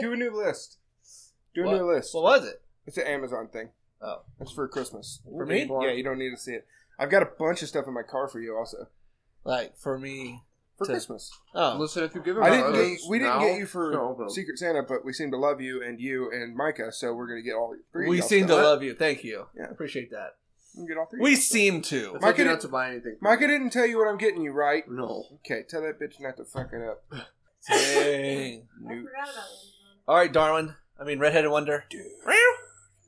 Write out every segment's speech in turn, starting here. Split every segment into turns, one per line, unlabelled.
do a new list. Do a
What?
new list.
What was it?
It's an Amazon thing.
Oh.
It's for Christmas.
For me?
Yeah, you don't need to see it. I've got a bunch of stuff in my car for you also.
Like for me.
For
To-
Christmas.
Oh,
Listen, if you give him
I didn't
others
get, we didn't
now,
get you for
no, but-
Secret Santa, but we seem to love you and you and Micah, so we're gonna get all three. of
we
y'all
seem to
stuff.
love you. Thank you.
Yeah.
Appreciate that.
We'll get all three.
We
of y'all stuff.
seem to.
It's like
Micah
you're
did-
not to buy anything.
Micah didn't tell you what I'm getting you, right?
No.
Okay, tell that bitch not to fuck it up.
Dang.
I forgot about Amazon.
All right, Darwin. I mean, redheaded wonder.
Dude.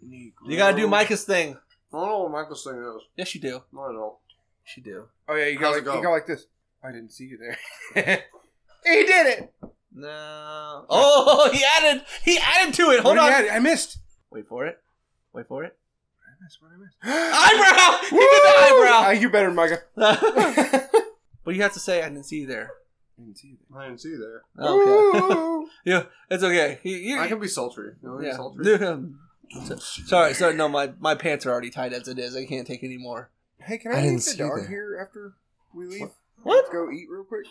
You gotta do Micah's thing.
I don't know what Michael's thing is.
Yes, you do.
No, I don't.
Yes, you do.
Oh yeah, you go
How's
like
it go?
you go like this. I didn't see you there. he did it.
No. Oh, he added. He added to it. Hold
What
on.
do you add? I missed.
Wait for it. Wait for it.
That's what I missed.
Eyebrow. He did the
Woo! Ah,
eyebrow.
you better, Micah.
but you have to say, "I didn't see you there."
didn't see you there.
I didn't see you there.
Okay. yeah, it's okay. You, you,
I can be sultry. You know,
yeah.
yeah. sultry.
So- sorry, sorry. No, my my pants are already tied as it is. I can't take any more.
Hey, can I,
I didn't
leave the
see
dog
that.
here after we leave?
What?
Let's go eat real quick.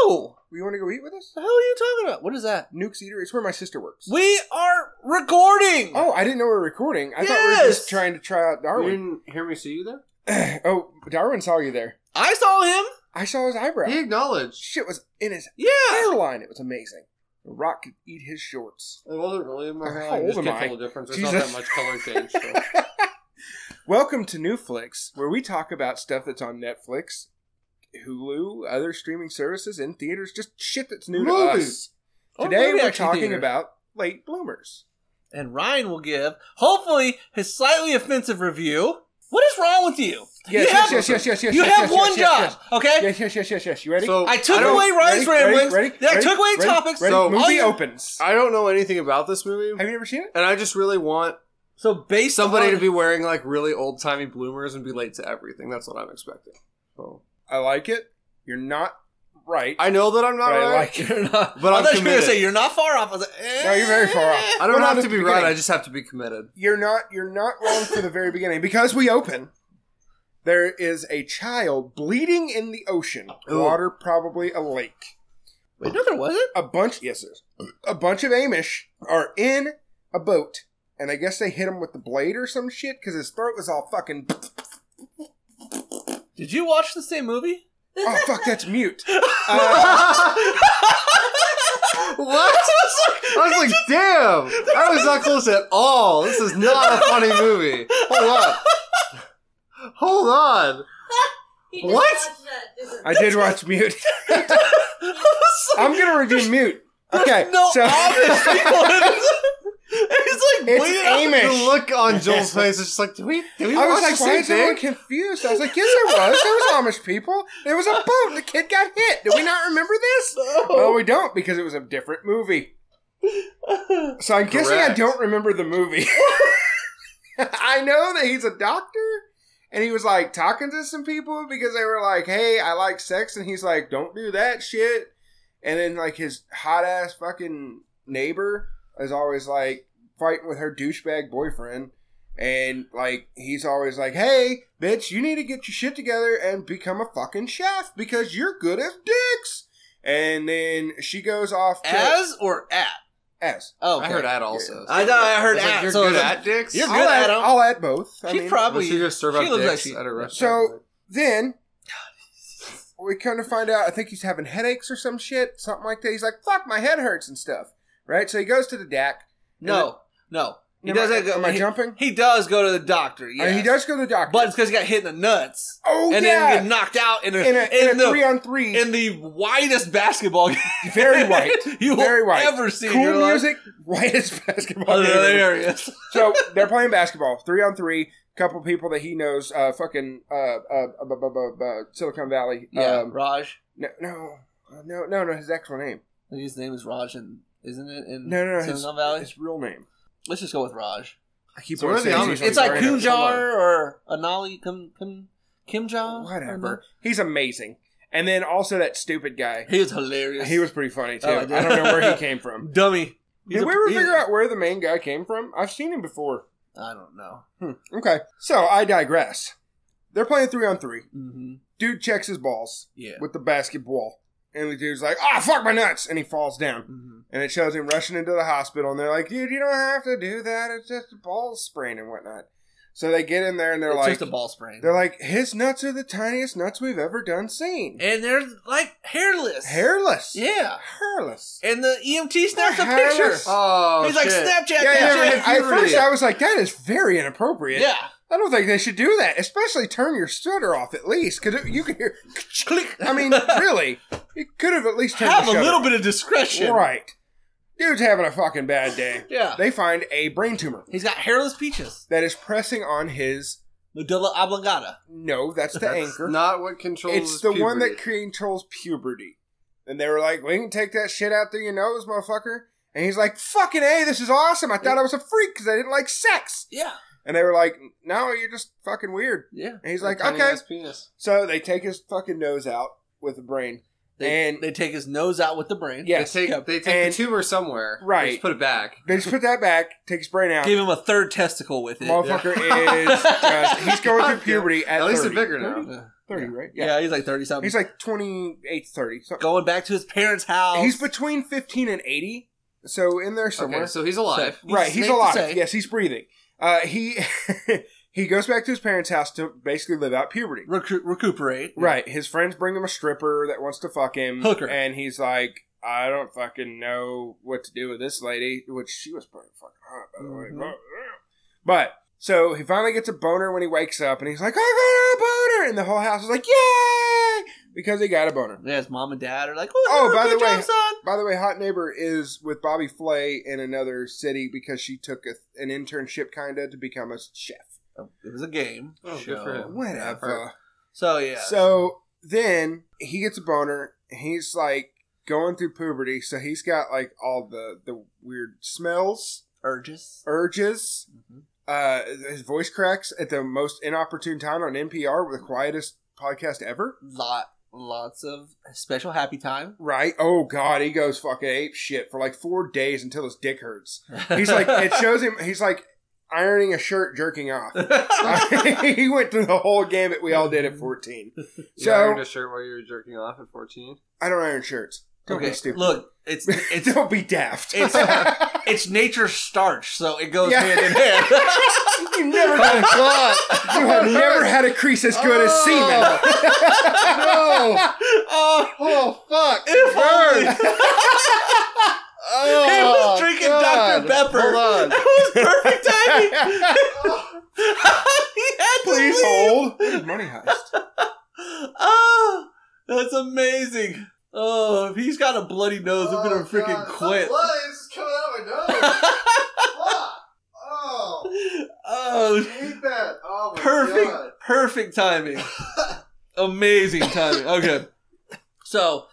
No.
You want to go eat with us?
The hell are you talking about? What is that?
Nuke's Eater. It's where my sister works.
We are recording.
Oh, I didn't know we were recording. I thought we were
Yes!
just trying to try out
You
Darwin.
didn't hear me see you there?
oh, Darwin saw you there.
I saw him.
I saw his eyebrow.
He acknowledged.
Shit was in his
Yeah.
hairline. It was amazing. The Rock could eat his shorts.
It wasn't really in my
How
hair. I
old
just
am
can't
I?
tell the difference. There's not
Jesus.
that much color change. So.
Welcome to New Flicks, where we talk about stuff that's on Netflix, Hulu, other streaming services, in theaters, just shit that's new to
Movies.
us.
Oh,
Today
movie
we're
action
talking
theater.
about late bloomers.
and Ryan will give, hopefully, his slightly offensive review. What is wrong with you?
Yes,
you
yes,
have,
yes, yes, yes, yes.
you
yes,
have
yes,
one
yes,
job,
Yes,
okay?
yes, yes, yes, yes, yes. You ready?
So
I took
don't-
away Ryan's
ready,
ramblings.
Ready,
I
ready,
took away
ready,
topics.
Ready,
So-
All
movie
you-
opens.
I don't know anything about this movie,
Have you ever seen it?
and I just really want
So based
somebody
on,
to be wearing like really old timey bloomers and be late to everything. That's what I'm expecting. So
Oh.
I like it. You're not right.
I know that I'm not
But I
right.
like it.
You're not,
But
I
I'm
thought you were gonna
committed.
say you're not far off. I was like, eh.
No, you're very far off.
I don't
Well,
have
not
to
at
be
the
right.
beginning.
I just have to be committed.
You're not. You're not wrong for the very beginning because we open. There is a child bleeding in the ocean,
Ooh.
water probably a lake.
Wait, no, there wasn't.
A bunch, yes, there's- a bunch of Amish are in a boat, and I guess they hit him with the blade or some shit because his throat was all fucking.
Did you watch the same movie?
Oh fuck, that's mute. Uh,
what? I was like, damn! I was not close at all. This is not a funny movie. Hold on. Hold on.
He just
What?
watched that, didn't
I did watch mute. I'm gonna review mute. Okay,
no
so
Amish people. It's like
It's
bleeding out.
Amish.
The look on Joel's face is just like, do we, do we
I was
watch
like,
the
why
same
is everyone
thing?
confused? I was like, yes, there was. There was Amish people. There was a boat. The kid got hit. Do we not remember this?
Oh,
Well, we don't because it was a different movie. So I'm guessing I
Correct.
don't remember the movie. I know that he's a doctor. And he was like talking to some people because they were like, hey, I like sex. And he's like, don't do that shit. And then, like, his hot ass fucking neighbor is always like fighting with her douchebag boyfriend. And, like, he's always like, hey, bitch, you need to get your shit together and become a fucking chef because you're good as dicks. And then she goes off to.
As or at?
As.
Oh,
I heard at also.
I thought I
I
heard
was like,
at.
you're
so
good
it's
at dicks?
You're
I'll,
good at
add,
'em.
I'll add both. I
She
mean,
probably.
Does he just serve
she
out
looks
dicks
like she-
at a restaurant?
so then we kind of find out. I think he's having headaches or some shit, something like that. He's like, "Fuck, my head hurts and stuff." Right. So he goes to the DAC.
no, no. He
Am I,
doesn't. go,
am I
he,
jumping?
he does go to the doctor.
I
Yeah,
mean, he does go to the doctor.
But it's because he got hit in the nuts
oh
and
yeah,
then get knocked out in, a,
in a, in a
the
three on three,
in the widest basketball game
very white,
you
very
will
white.
ever see. in your
cool
life.
music, whitest basketball.
Oh,
game ever.
hilarious.
So they're playing basketball, three on three. Couple people that he knows, uh, fucking uh, uh, uh, bu- bu- bu- bu- Silicon Valley.
Yeah,
um,
Raj.
no, no, no, no, no. His actual name.
I think his name is Raj, and isn't it in
No, no, no. His,
Silicon Valley?
his real name.
Let's just go with Raj.
I keep
So
on
what are the
saying
Amish
his
people?
name
It's like
right now.
Kunjar or Anali Kim Kim Kimjar.
Whatever. He's amazing. And then also that stupid guy.
He was hilarious.
He was pretty funny too.
Oh,
I
I
don't
did.
know where he came from.
dummy. He's
Did
a-
we ever
he's-
figure out where the main guy came from? I've seen him before.
I don't know.
Hmm. Okay. So I digress. They're playing three on three.
Mm-hmm.
hmm
Dude checks his balls
Yeah.
with the basketball. And the dude's like, ah, fuck my nuts. And he falls down.
Mhm.
And it shows him rushing into the hospital. And they're like, dude, you don't have to do that. It's just a ball sprain and whatnot. So they get in there and they're
It's
like,
just a ball sprain.
they're like, his nuts are the tiniest nuts we've ever done seen.
and they're like hairless.
Hairless.
Yeah.
Hairless.
And the EMT snaps a
Hairless.
picture.
Oh,
He's like,
shit.
Snapchat
Yeah,
that
yeah,
shit.
yeah. I- At
puberty.
first, I was like, that is very inappropriate.
Yeah.
I don't think they should do that, especially turn your stutter off at least, because you can hear.
Click.
I mean, really, you could have at least turned
have a
your
little
shutter
bit of discretion.
off. right. Dude's having a fucking bad day.
Yeah.
They find a brain tumor
He's got hairless peaches.
that is pressing on his.
Medulla oblongata.
No, that's the
That's
anchor.
not what controls.
it's the one that
puberty.
controls puberty. And they were like, "We can take that shit out through your nose, motherfucker." And he's like, "Fucking a, this is awesome. I thought I was a freak because I didn't like sex."
Yeah.
And they were like, "No, you're just fucking weird."
Yeah.
And he's like,
Tiny
"Okay."
ass penis.
So they take his fucking nose out with the brain.
They,
And-
they take his nose out with the brain.
Yeah.
They take
Yep.
they take
And-
the tumor somewhere. They
Right.
Just put it back.
They just put that back, take his brain out.
Give him a third testicle with it.
Motherfucker is just, he's going through
God,
puberty at,
At least
30.
it's bigger now.
30,
yeah.
30, right?
Yeah.
Yeah.
he's like 30 something.
He's like 28, 30. So
going back to his parents' house.
he's between 15 and 80. So in there somewhere.
Okay, so he's alive.
So-
right, he's
safe to
alive.
say-
Yes, he's breathing. Uh, he he goes back to his parents' house to basically live out puberty.
Recu- recuperate.
Right. His friends bring him a stripper that wants to fuck him.
Hooker.
And he's like, I don't fucking know what to do with this lady, which she was pretty fucking hot, by the way.
Mhm.
But, so he finally gets a boner when he wakes up, and he's like, I got a boner! And the whole house is like, yay! Because he got a boner.
Yeah, his mom and dad are like,
Oh,
oh,
by
good
the way-
job, son.
By the way, Hot Neighbor is with Bobby Flay in another city because she took a, an internship, kinda, to become a chef.
Oh, It was a game.
Oh, good
show.
for him.
Whatever.
So, yeah.
So then he gets a boner. and He's like going through puberty, so he's got like all the the weird smells,
Urges.
urges.
Mhm.
Uh, his voice cracks at the most inopportune time on NPR, the quietest podcast ever.
Lot, lots of special happy time.
Right? Oh God, he goes fucking ape shit for like four days until his dick hurts. He's like, it shows him. He's like ironing a shirt, jerking off. he went through the whole gamut we all did at fourteen.
You ironed
So
a shirt while you were jerking off at 14.
I don't iron shirts. Don't be
okay,
stupid.
look, it's it's
don't be daft.
it's uh, it's nature starch, so it goes
Yeah.
hand in hand.
you never had a, you have never had a crease as good as semen.
no!
oh,
Oh fuck!
if only.
Burn!
He
Oh,
was drinking
God.
Dr. Pepper.
Hold on.
That was perfect timing.
Please
he had to leave.
hold. Money heist.
Oh, that's amazing. Oh, if he's got a bloody nose, I'm gonna freaking quit.
Oh, Blood is coming out of my nose. Fuck. Oh,
Oh,
hate that. Oh
perfect, perfect timing. Amazing timing. Okay, so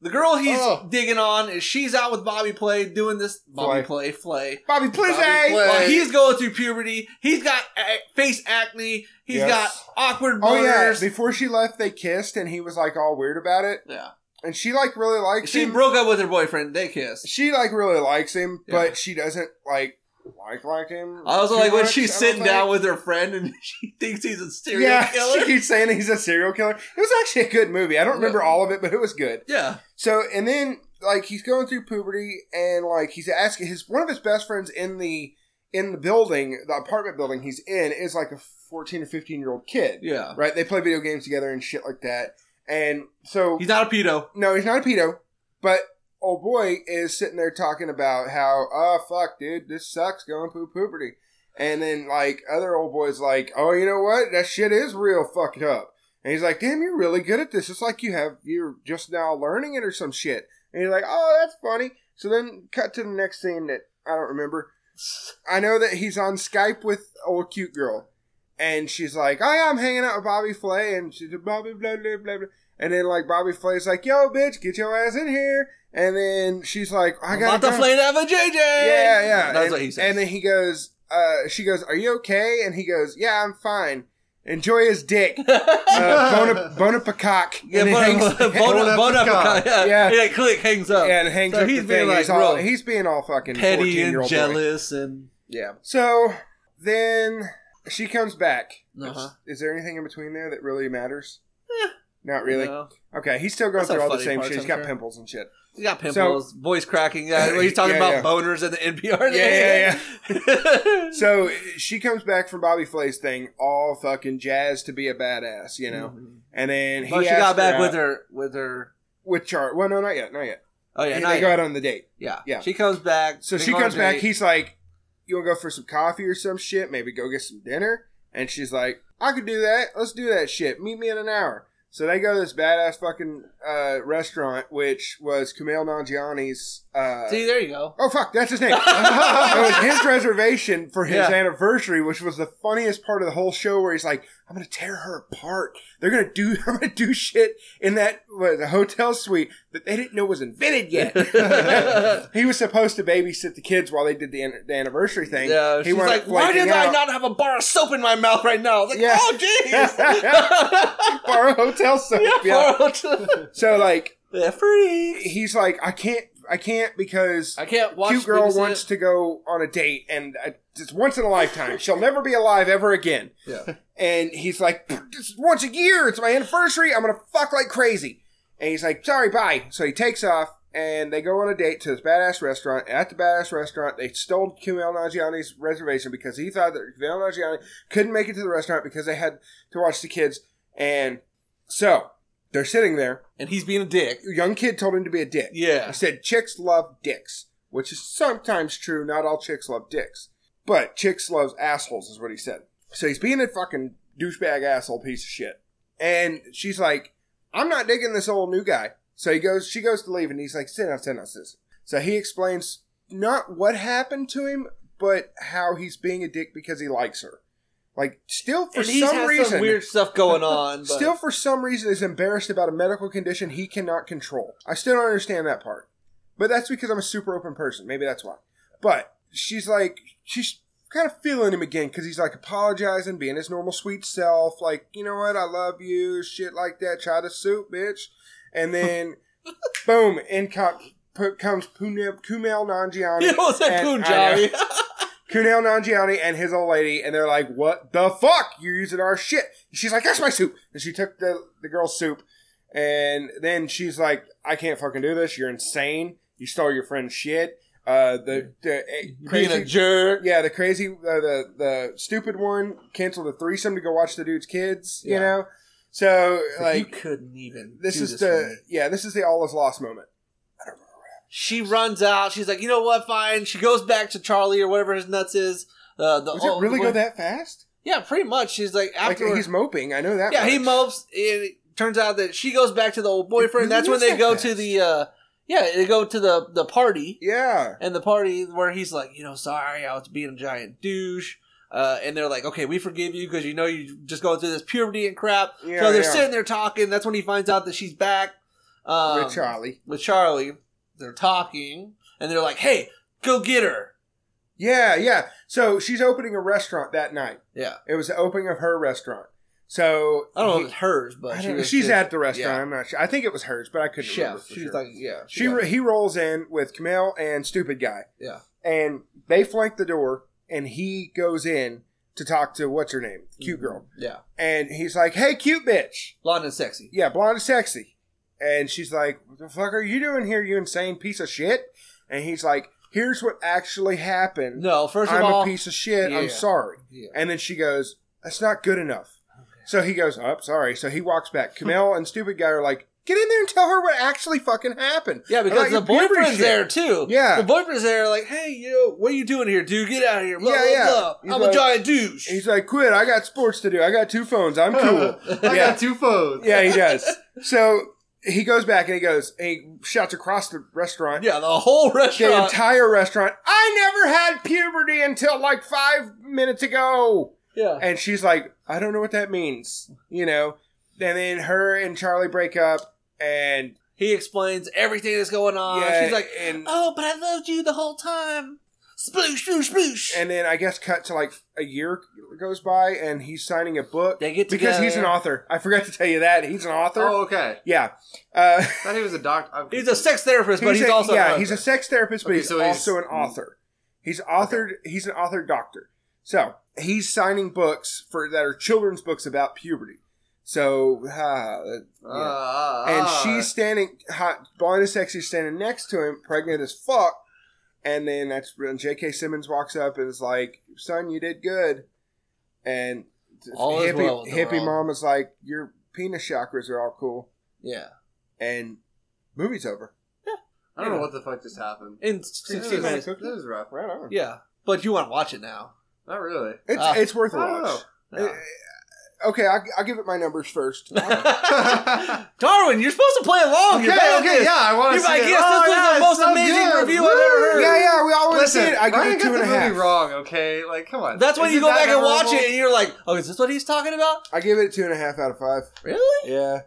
the girl he's
Oh.
digging on is she's out with Bobby Play doing this Bobby Play Flay.
Bobby, please
Bobby,
hey.
please.
While he's going through puberty, he's got a- face acne. He's
Yes.
got awkward
Oh yeah.
boners.
Before she left, they kissed, and he was like all weird about it.
yeah.
And she like really likes
She
him.
broke up with her boyfriend. They kissed.
she like really likes him,
Yeah.
but she doesn't like like like him.
I was
too
like, when
much,
she's
I don't
sitting
think.
down with her friend and she thinks he's a serial
Yeah, she
killer.
keeps saying he's a serial killer. It was actually a good movie. I don't remember all of it, but it was good.
Yeah.
So and then like he's going through puberty and like he's asking his one of his best friends in the in the building, the apartment building he's in is like a 14 or 15 year old kid.
Yeah.
Right? They play video games together and shit like that. And so
He's not a pedo.
no, he's not a pedo, but old boy is sitting there talking about how, oh fuck, dude, this sucks going through puberty. And then like other old boys like, oh, you know what? That shit is real fucked up. And he's like, damn, you're really good at this. It's like you have you're just now learning it or some shit. And you're like, oh, that's funny. So then cut to the next scene that I don't remember. I know that he's on Skype with old cute girl. And she's like, oh yeah, I'm hanging out with Bobby Flay. And she's like, Bobby, blah, blah, blah, blah. And then like Bobby Flay's like, yo, bitch, get your ass in here. And then she's like, I
I'm
got
about to flay that with JJ.
yeah, yeah.
That's
and,
what he says.
And then he goes, uh, she goes, "Are you okay?" And he goes, "Yeah, I'm fine. Enjoy his dick, uh, bona, bona peacock."
yeah,
and he
bon,
hangs-
bon, bon, bon
Apicot.
Yeah.
Yeah.
yeah. click hangs up.
and hangs
So
up
he's
the
being
thing.
like
he's, all,
real
he's being all fucking
Petty
fourteen year
and
old
jealous and
Yeah. So then she comes back.
Uh-huh.
Is there anything in between there that really matters? Not really.
You know?
Okay, he's still going
That's
through
our
all the
funny
same
parts,
shit. He's
I'm
got
sure.
pimples and shit.
He's got pimples, voice cracking. Uh, when he's talking
Yeah, yeah.
about boners and the NPR.
Yeah,
yeah.
So she comes back from Bobby Flay's thing, all fucking jazzed to be a badass, you know. And then he
But she
asks
got back
her
with
out
her with her.
with Char. Well, no, not yet, not yet.
Oh yeah,
And
not
they go
yet.
out on the date.
yeah,
yeah.
She comes back.
So
they
she
go on a
comes back.
date.
He's like, "You want to go for some coffee or some shit? Maybe go get some dinner." And she's like, "I could do that. Let's do that shit. Meet me in an hour." So they go to this badass fucking uh, restaurant, which was Kumail Nanjiani's. Uh,
See, there you go.
oh fuck, that's his name. it was his reservation for his
Yeah.
anniversary, which was the funniest part of the whole show, where he's like, "I'm gonna tear her apart. They're gonna do. I'm gonna do shit in that what, the hotel suite that they didn't know was invented yet." he was supposed to babysit the kids while they did the, an- the anniversary thing.
Yeah,
he
she's
wound
like,
up
why
flaking
did I
out.
not have a bar of soap in my mouth right now? I was like,
Yeah.
oh, jeez.
for a hotel soap? Yeah. So like
yeah, free.
he's like, I can't, I can't because
I can't watch.
cute girl
babysit.
wants to go on a date and uh, it's once in a lifetime. She'll never be alive ever again.
Yeah.
And he's like, this is once a year. It's my anniversary. I'm gonna fuck like crazy. And he's like, sorry, bye. So he takes off. And they go on a date to this badass restaurant. At the badass restaurant, they stole Kumail Nanjiani's reservation because he thought that Kumail Nanjiani couldn't make it to the restaurant because they had to watch the kids. And so they're sitting there.
and he's being a dick.
Young kid told him to be a dick. I
Yeah,
said chicks love dicks, which is sometimes true. Not all chicks love dicks, but chicks loves assholes is what he said. So he's being a fucking douchebag asshole piece of shit. And she's like, I'm not digging this old new guy. So he goes, she goes to leave, and he's like, sit down, sit down, sit down. So he explains not what happened to him, but how he's being a dick because he likes her. Like, still for
and he's
some
has
reason,
some weird stuff going on. But
Still, for some reason, is embarrassed about a medical condition he cannot control. I still don't understand that part. But that's because I'm a super open person. Maybe that's why. But she's like, she's kind of feeling him again because he's like apologizing, being his normal sweet self. Like, you know what? I love you. Shit like that. Try the soup, bitch. And then, boom, in co- p- comes Punab, Kumail Nanjiani.
you know,
and- I
that
uh, know.
Punjabi.
Kunal Nanjiani and his old lady, and they're like, "What the fuck? You're using our shit?" And she's like, "That's my soup." And she took the the girl's soup, and then she's like, "I can't fucking do this. You're insane. You stole your friend's shit." Uh, the the eh,
Being
crazy,
a jerk.
yeah, the crazy, uh, the the stupid one canceled a threesome to go watch the dude's kids. You
Yeah.
know, so
you
like
couldn't even.
this
do
is
for
the
me.
yeah, this is the all is lost moment.
she runs out. She's like, you know what? Fine. She goes back to Charlie or whatever his nuts is. Uh, the
Does
oh,
it really
the
go
one-
that fast?
Yeah, pretty much. She's like,
Like
after
he's moping. I know that.
yeah, he
much.
mopes. It turns out that she goes back to the old boyfriend.
really
That's when
is
they
that
go
fast.
to the uh, yeah, they go to the the party
Yeah,
and the party where he's like, you know, sorry, I was being a giant douche. Uh, and they're like, okay, we forgive you because you know you just going through this puberty and crap.
yeah.
so they're
yeah.
sitting there talking. That's when he finds out that she's back. Um,
with Charlie.
with Charlie. They're talking, and they're like, "Hey, go get her."
Yeah, yeah. So she's opening a restaurant that night.
Yeah.
It was the opening of her restaurant. So
I don't know
he-
if it's hers, but
I
she
don't-
was
she's
just-
at the restaurant.
yeah.
I'm not sure. I think it was hers, but I couldn't remember.
Chef.
For
She's
sure.
like, yeah,
she ro- he rolls in with Camille and Stupid Guy.
Yeah.
And they flank the door, and he goes in to talk to what's her name, cute
Mm-hmm.
girl,
Yeah,
and he's like, "Hey, cute bitch,
blonde and sexy.
yeah, blonde and sexy." And she's like, "What the fuck are you doing here, you insane piece of shit?" And he's like, "Here's what actually happened.
No, 1st
I'm
of all,
a piece of shit.
Yeah.
I'm sorry.
Yeah.
And then she goes, That's not good enough. So he goes, Oh, sorry. So he walks back. Camille and stupid guy are like, Get in there and tell her what actually fucking happened.
yeah,
About
because the
your puberty
boyfriend's
shit.
there too.
Yeah.
the boyfriend's there. Like, hey, you know, what are you doing here, dude? Get out of here. Blah,
Yeah,
blah,
yeah.
blah.
He's
I'm
like-
a giant douche.
He's like, Quit. I got sports to do. I got two phones. I'm cool.
I
Yeah.
got two phones.
yeah, he does. So he goes back and he goes, and he shouts across the restaurant.
yeah, the whole
The
restaurant.
entire restaurant. I never had puberty until like five minutes ago.
yeah,
And she's like, I don't know what that means, you know. And then her and Charlie break up, and
he explains everything that's going on.
yeah,
Uh, She's like,
and
oh, but I loved you the whole time. Sploosh, sploosh, sploosh.
and then I guess cut to like a year goes by, and he's signing a book
they get together
because he's an author. I forgot to tell you that he's an author.
Oh, okay.
Yeah, uh,
thought he was a doctor. I'm-
He's a sex therapist, but he's,
a-
also
yeah,
a-
he's a sex therapist, but
Okay,
he's
so he's-
also an
mm.
author. He's authored. He's an author doctor. So he's signing books for that are children's books about puberty. So, uh,
Ah,
and
Oh.
ah.
she's standing, hot, Barney Sexy's standing next to him, pregnant as fuck. And then that's when J.K. Simmons walks up and is like, "Son, you did good." And
All is
hippie,
well with the
hippie
world.
mom is like, "Your penis chakras are all cool."
Yeah.
And movie's over.
I don't know what the fuck just happened.
In
That
16
Sixteen
was,
minutes.
that was rough.
Right on.
Yeah. But you want to watch it now.
Not really.
It's
Ah.
it's worth a
I don't know.
watch.
No.
Uh, okay, I'll, I'll give it my numbers first.
Darwin, you're supposed to play along.
Okay,
You're bad at
okay,
this.
yeah, I want to
You're
see
like,
it.
yes,
oh,
this was
yeah,
the
it's
most
so
amazing
Oh, good.
review I've ever heard.
yeah, yeah, we all want to see
Listen,
it. I give
Ryan
it two and
got
a
the movie
half.
wrong, okay? Like, come on.
That's when
Is
you
it
go
that
back and watch
memorable?
it and you're like, oh, is this what he's talking about?
I give it two and a half out of five.
Really?
Yeah,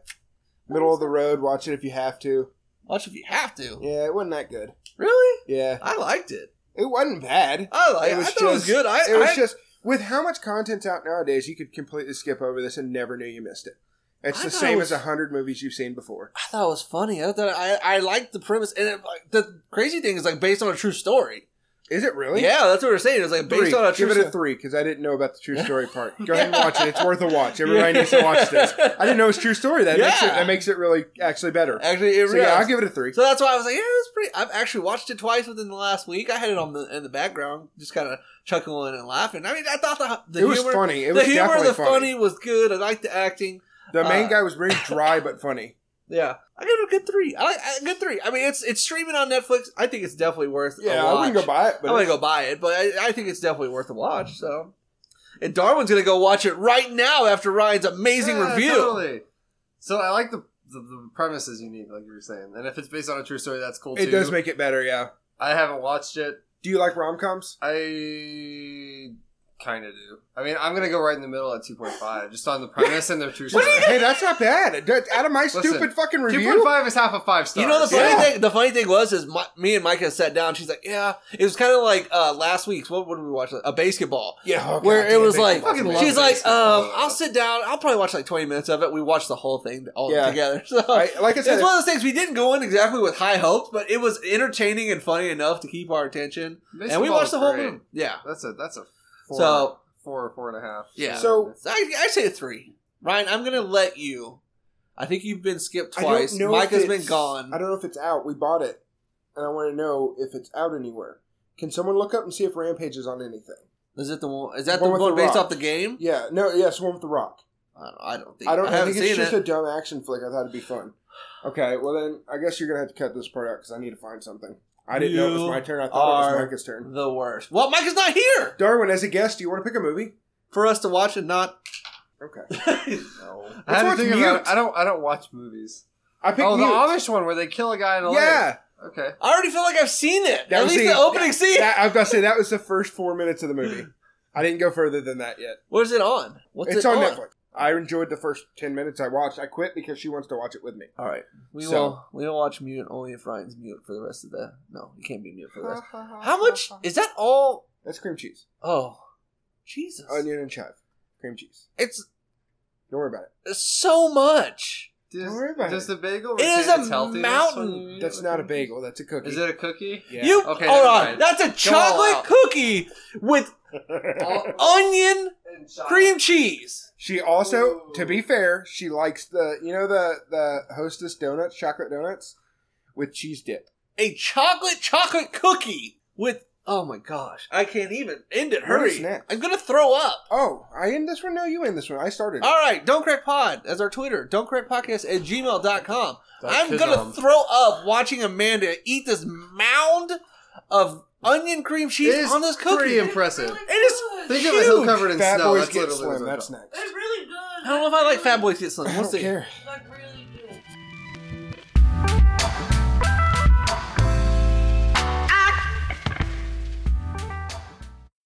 middle of the road. Watch it if you have to.
Watch if you have to.
Yeah, it wasn't that good.
Really?
Yeah,
I liked it.
it wasn't bad.
I liked
It
it.
was
I thought it was
just-
good. I,
It was
I-
just with how much content's out nowadays, you could completely skip over this and never knew you missed it. It's
I
the
thought
same
it was-
as a hundred movies you've seen before.
I thought it was funny. I thought I, I liked the premise, and it, like, the crazy thing is like based on a true story.
Is it really?
Yeah, that's what we're saying. It's like
Three.
based on a true.
Give it a
sto-
three because I didn't know about the true story part. Go ahead and watch it; it's worth a watch. Everybody needs to watch this. I didn't know it was true story. That makes it
Yeah.
that makes it really actually better.
Actually, it
So yeah,
really-
I'll give it a three.
So that's why I was like, yeah, it's pretty. I've actually watched it twice within the last week. I had it on the in the background, just kind of chuckling and laughing. I mean, I thought the, the
it was
humor,
funny. It
the
was
humor,
definitely
the
funny.
funny was good. I liked the acting.
The main
Uh,
guy was very dry but funny.
Yeah, I give it a good three. I like a good three. I mean, it's it's streaming on Netflix. I think it's definitely worth.
Yeah,
a
I
watch.
wouldn't go buy it, but
I'm gonna
it's-
go buy it, but I, I think it's definitely worth a watch. So, and Darwin's gonna go watch it right now after Ryan's amazing
Yeah,
review.
totally. So I like the, the the premise is unique, like you were saying, and if it's based on a true story, that's cool
it
too.
does make it better. Yeah.
I haven't watched it.
Do you like rom coms?
I kind of do. I mean, I'm gonna go right in the middle at 2.5, just on the premise and the true story.
Hey, that's not bad. That- Out of my
Listen,
stupid fucking review.
2.5 is half a five star.
You know the funny
Yeah.
thing. The funny thing was is my, me and Micah sat down. She's like, "Yeah." It was kind of like uh, last week's. What what did we watch? A basketball.
Yeah, oh,
Where
God
it
damn,
was
they
like,
fucking love
she's like,
basketball.
um, I'll sit down. I'll probably watch like twenty minutes of it. We watched the whole thing all
Yeah.
together. So
I, like I
oh, it's
said,
one of those things we didn't go in exactly with high hopes, but it was entertaining and funny enough to keep our attention. and we
Baseball
watched
is
the whole
great.
movie. Yeah,
That's a that's a four,
So-
four or four and a half.
Yeah.
So-
So I, I say a three. Ryan, I'm gonna let you. I think you've been skipped
I don't
twice.
know
Mike
if
has been
it's-
gone.
I don't know if it's out. We bought it, and I want to know if it's out anywhere. Can someone look up and see if Rampage is on anything?
Is it the one? Is that
One
the
with
one
the
based
rock.
off the game?
Yeah, no, yes, one with the Rock.
I don't, I don't think.
I don't. I,
haven't
think it's
seen
just
it.
a dumb action flick. I thought it'd be fun. Okay, well then, I guess you're gonna have to cut this part out because I need to find something. I didn't know it was
You
my turn. I thought it
are-
was Micah's turn.
the worst. Well, Mike is not here
Darwin, as a guest, do you want to pick a movie?
for us to watch and not.
Okay,
No.
Let's
I had
watch
to think about.
Mute.
It. I don't. I don't watch movies.
I picked.
oh, the
Mute.
Amish one where they kill a guy in a lake.
Yeah,
Okay.
I already feel like I've seen it.
That
At
was
least
the-
the, opening scene.
that, I was gonna say that was the first four minutes of the movie. I didn't go further than that yet.
What is it on? What's
it's
it
on, Netflix. I enjoyed the first ten minutes I watched. I quit because she wants to watch it with me.
All right, we
So-
will. We will watch mute only if Ryan's mute for the rest of the. No, he can't be mute for the rest. How much is that? All?
That's cream cheese,
Oh, Jesus!
onion and chive, cream cheese.
It's
Don't worry about it.
so much.
Does,
Don't worry about
does
it.
the bagel?
It is
retain
a
its healthiness
mountain.
when you eat it
That's
with
not a
them?
bagel. That's a cookie.
Is it a cookie?
Yeah.
You
Okay,
hold
never
on.
mind.
That's a
out.
chocolate cookie with onion cream cheese.
she also,
Ooh.
to be fair, she likes the you know the the Hostess donuts, chocolate donuts with cheese dip.
A chocolate chocolate cookie with oh my gosh. I can't even end it.
What is
Hurry.
next?
I'm gonna throw up.
Oh, I end this one. No, you end this one. I started. it.
Alright, don't crack pod as our Twitter, don't crack podcast at gmail.com.
That's um,
I'm
his
gonna
arm.
throw up watching Amanda eat this mound of onion cream
It
cheese
is
on this
Pretty
cookie.
impressive.
Really
It is-
good.
Think of a hill
Huge.
Oh, covered in
Fat
snow.
boys
That's
get
literally
slim.
what
That's
it's
next.
It's really good.
I don't know if I like Fat Boys Get Slim.
I
We'll
don't
see.
care.
Like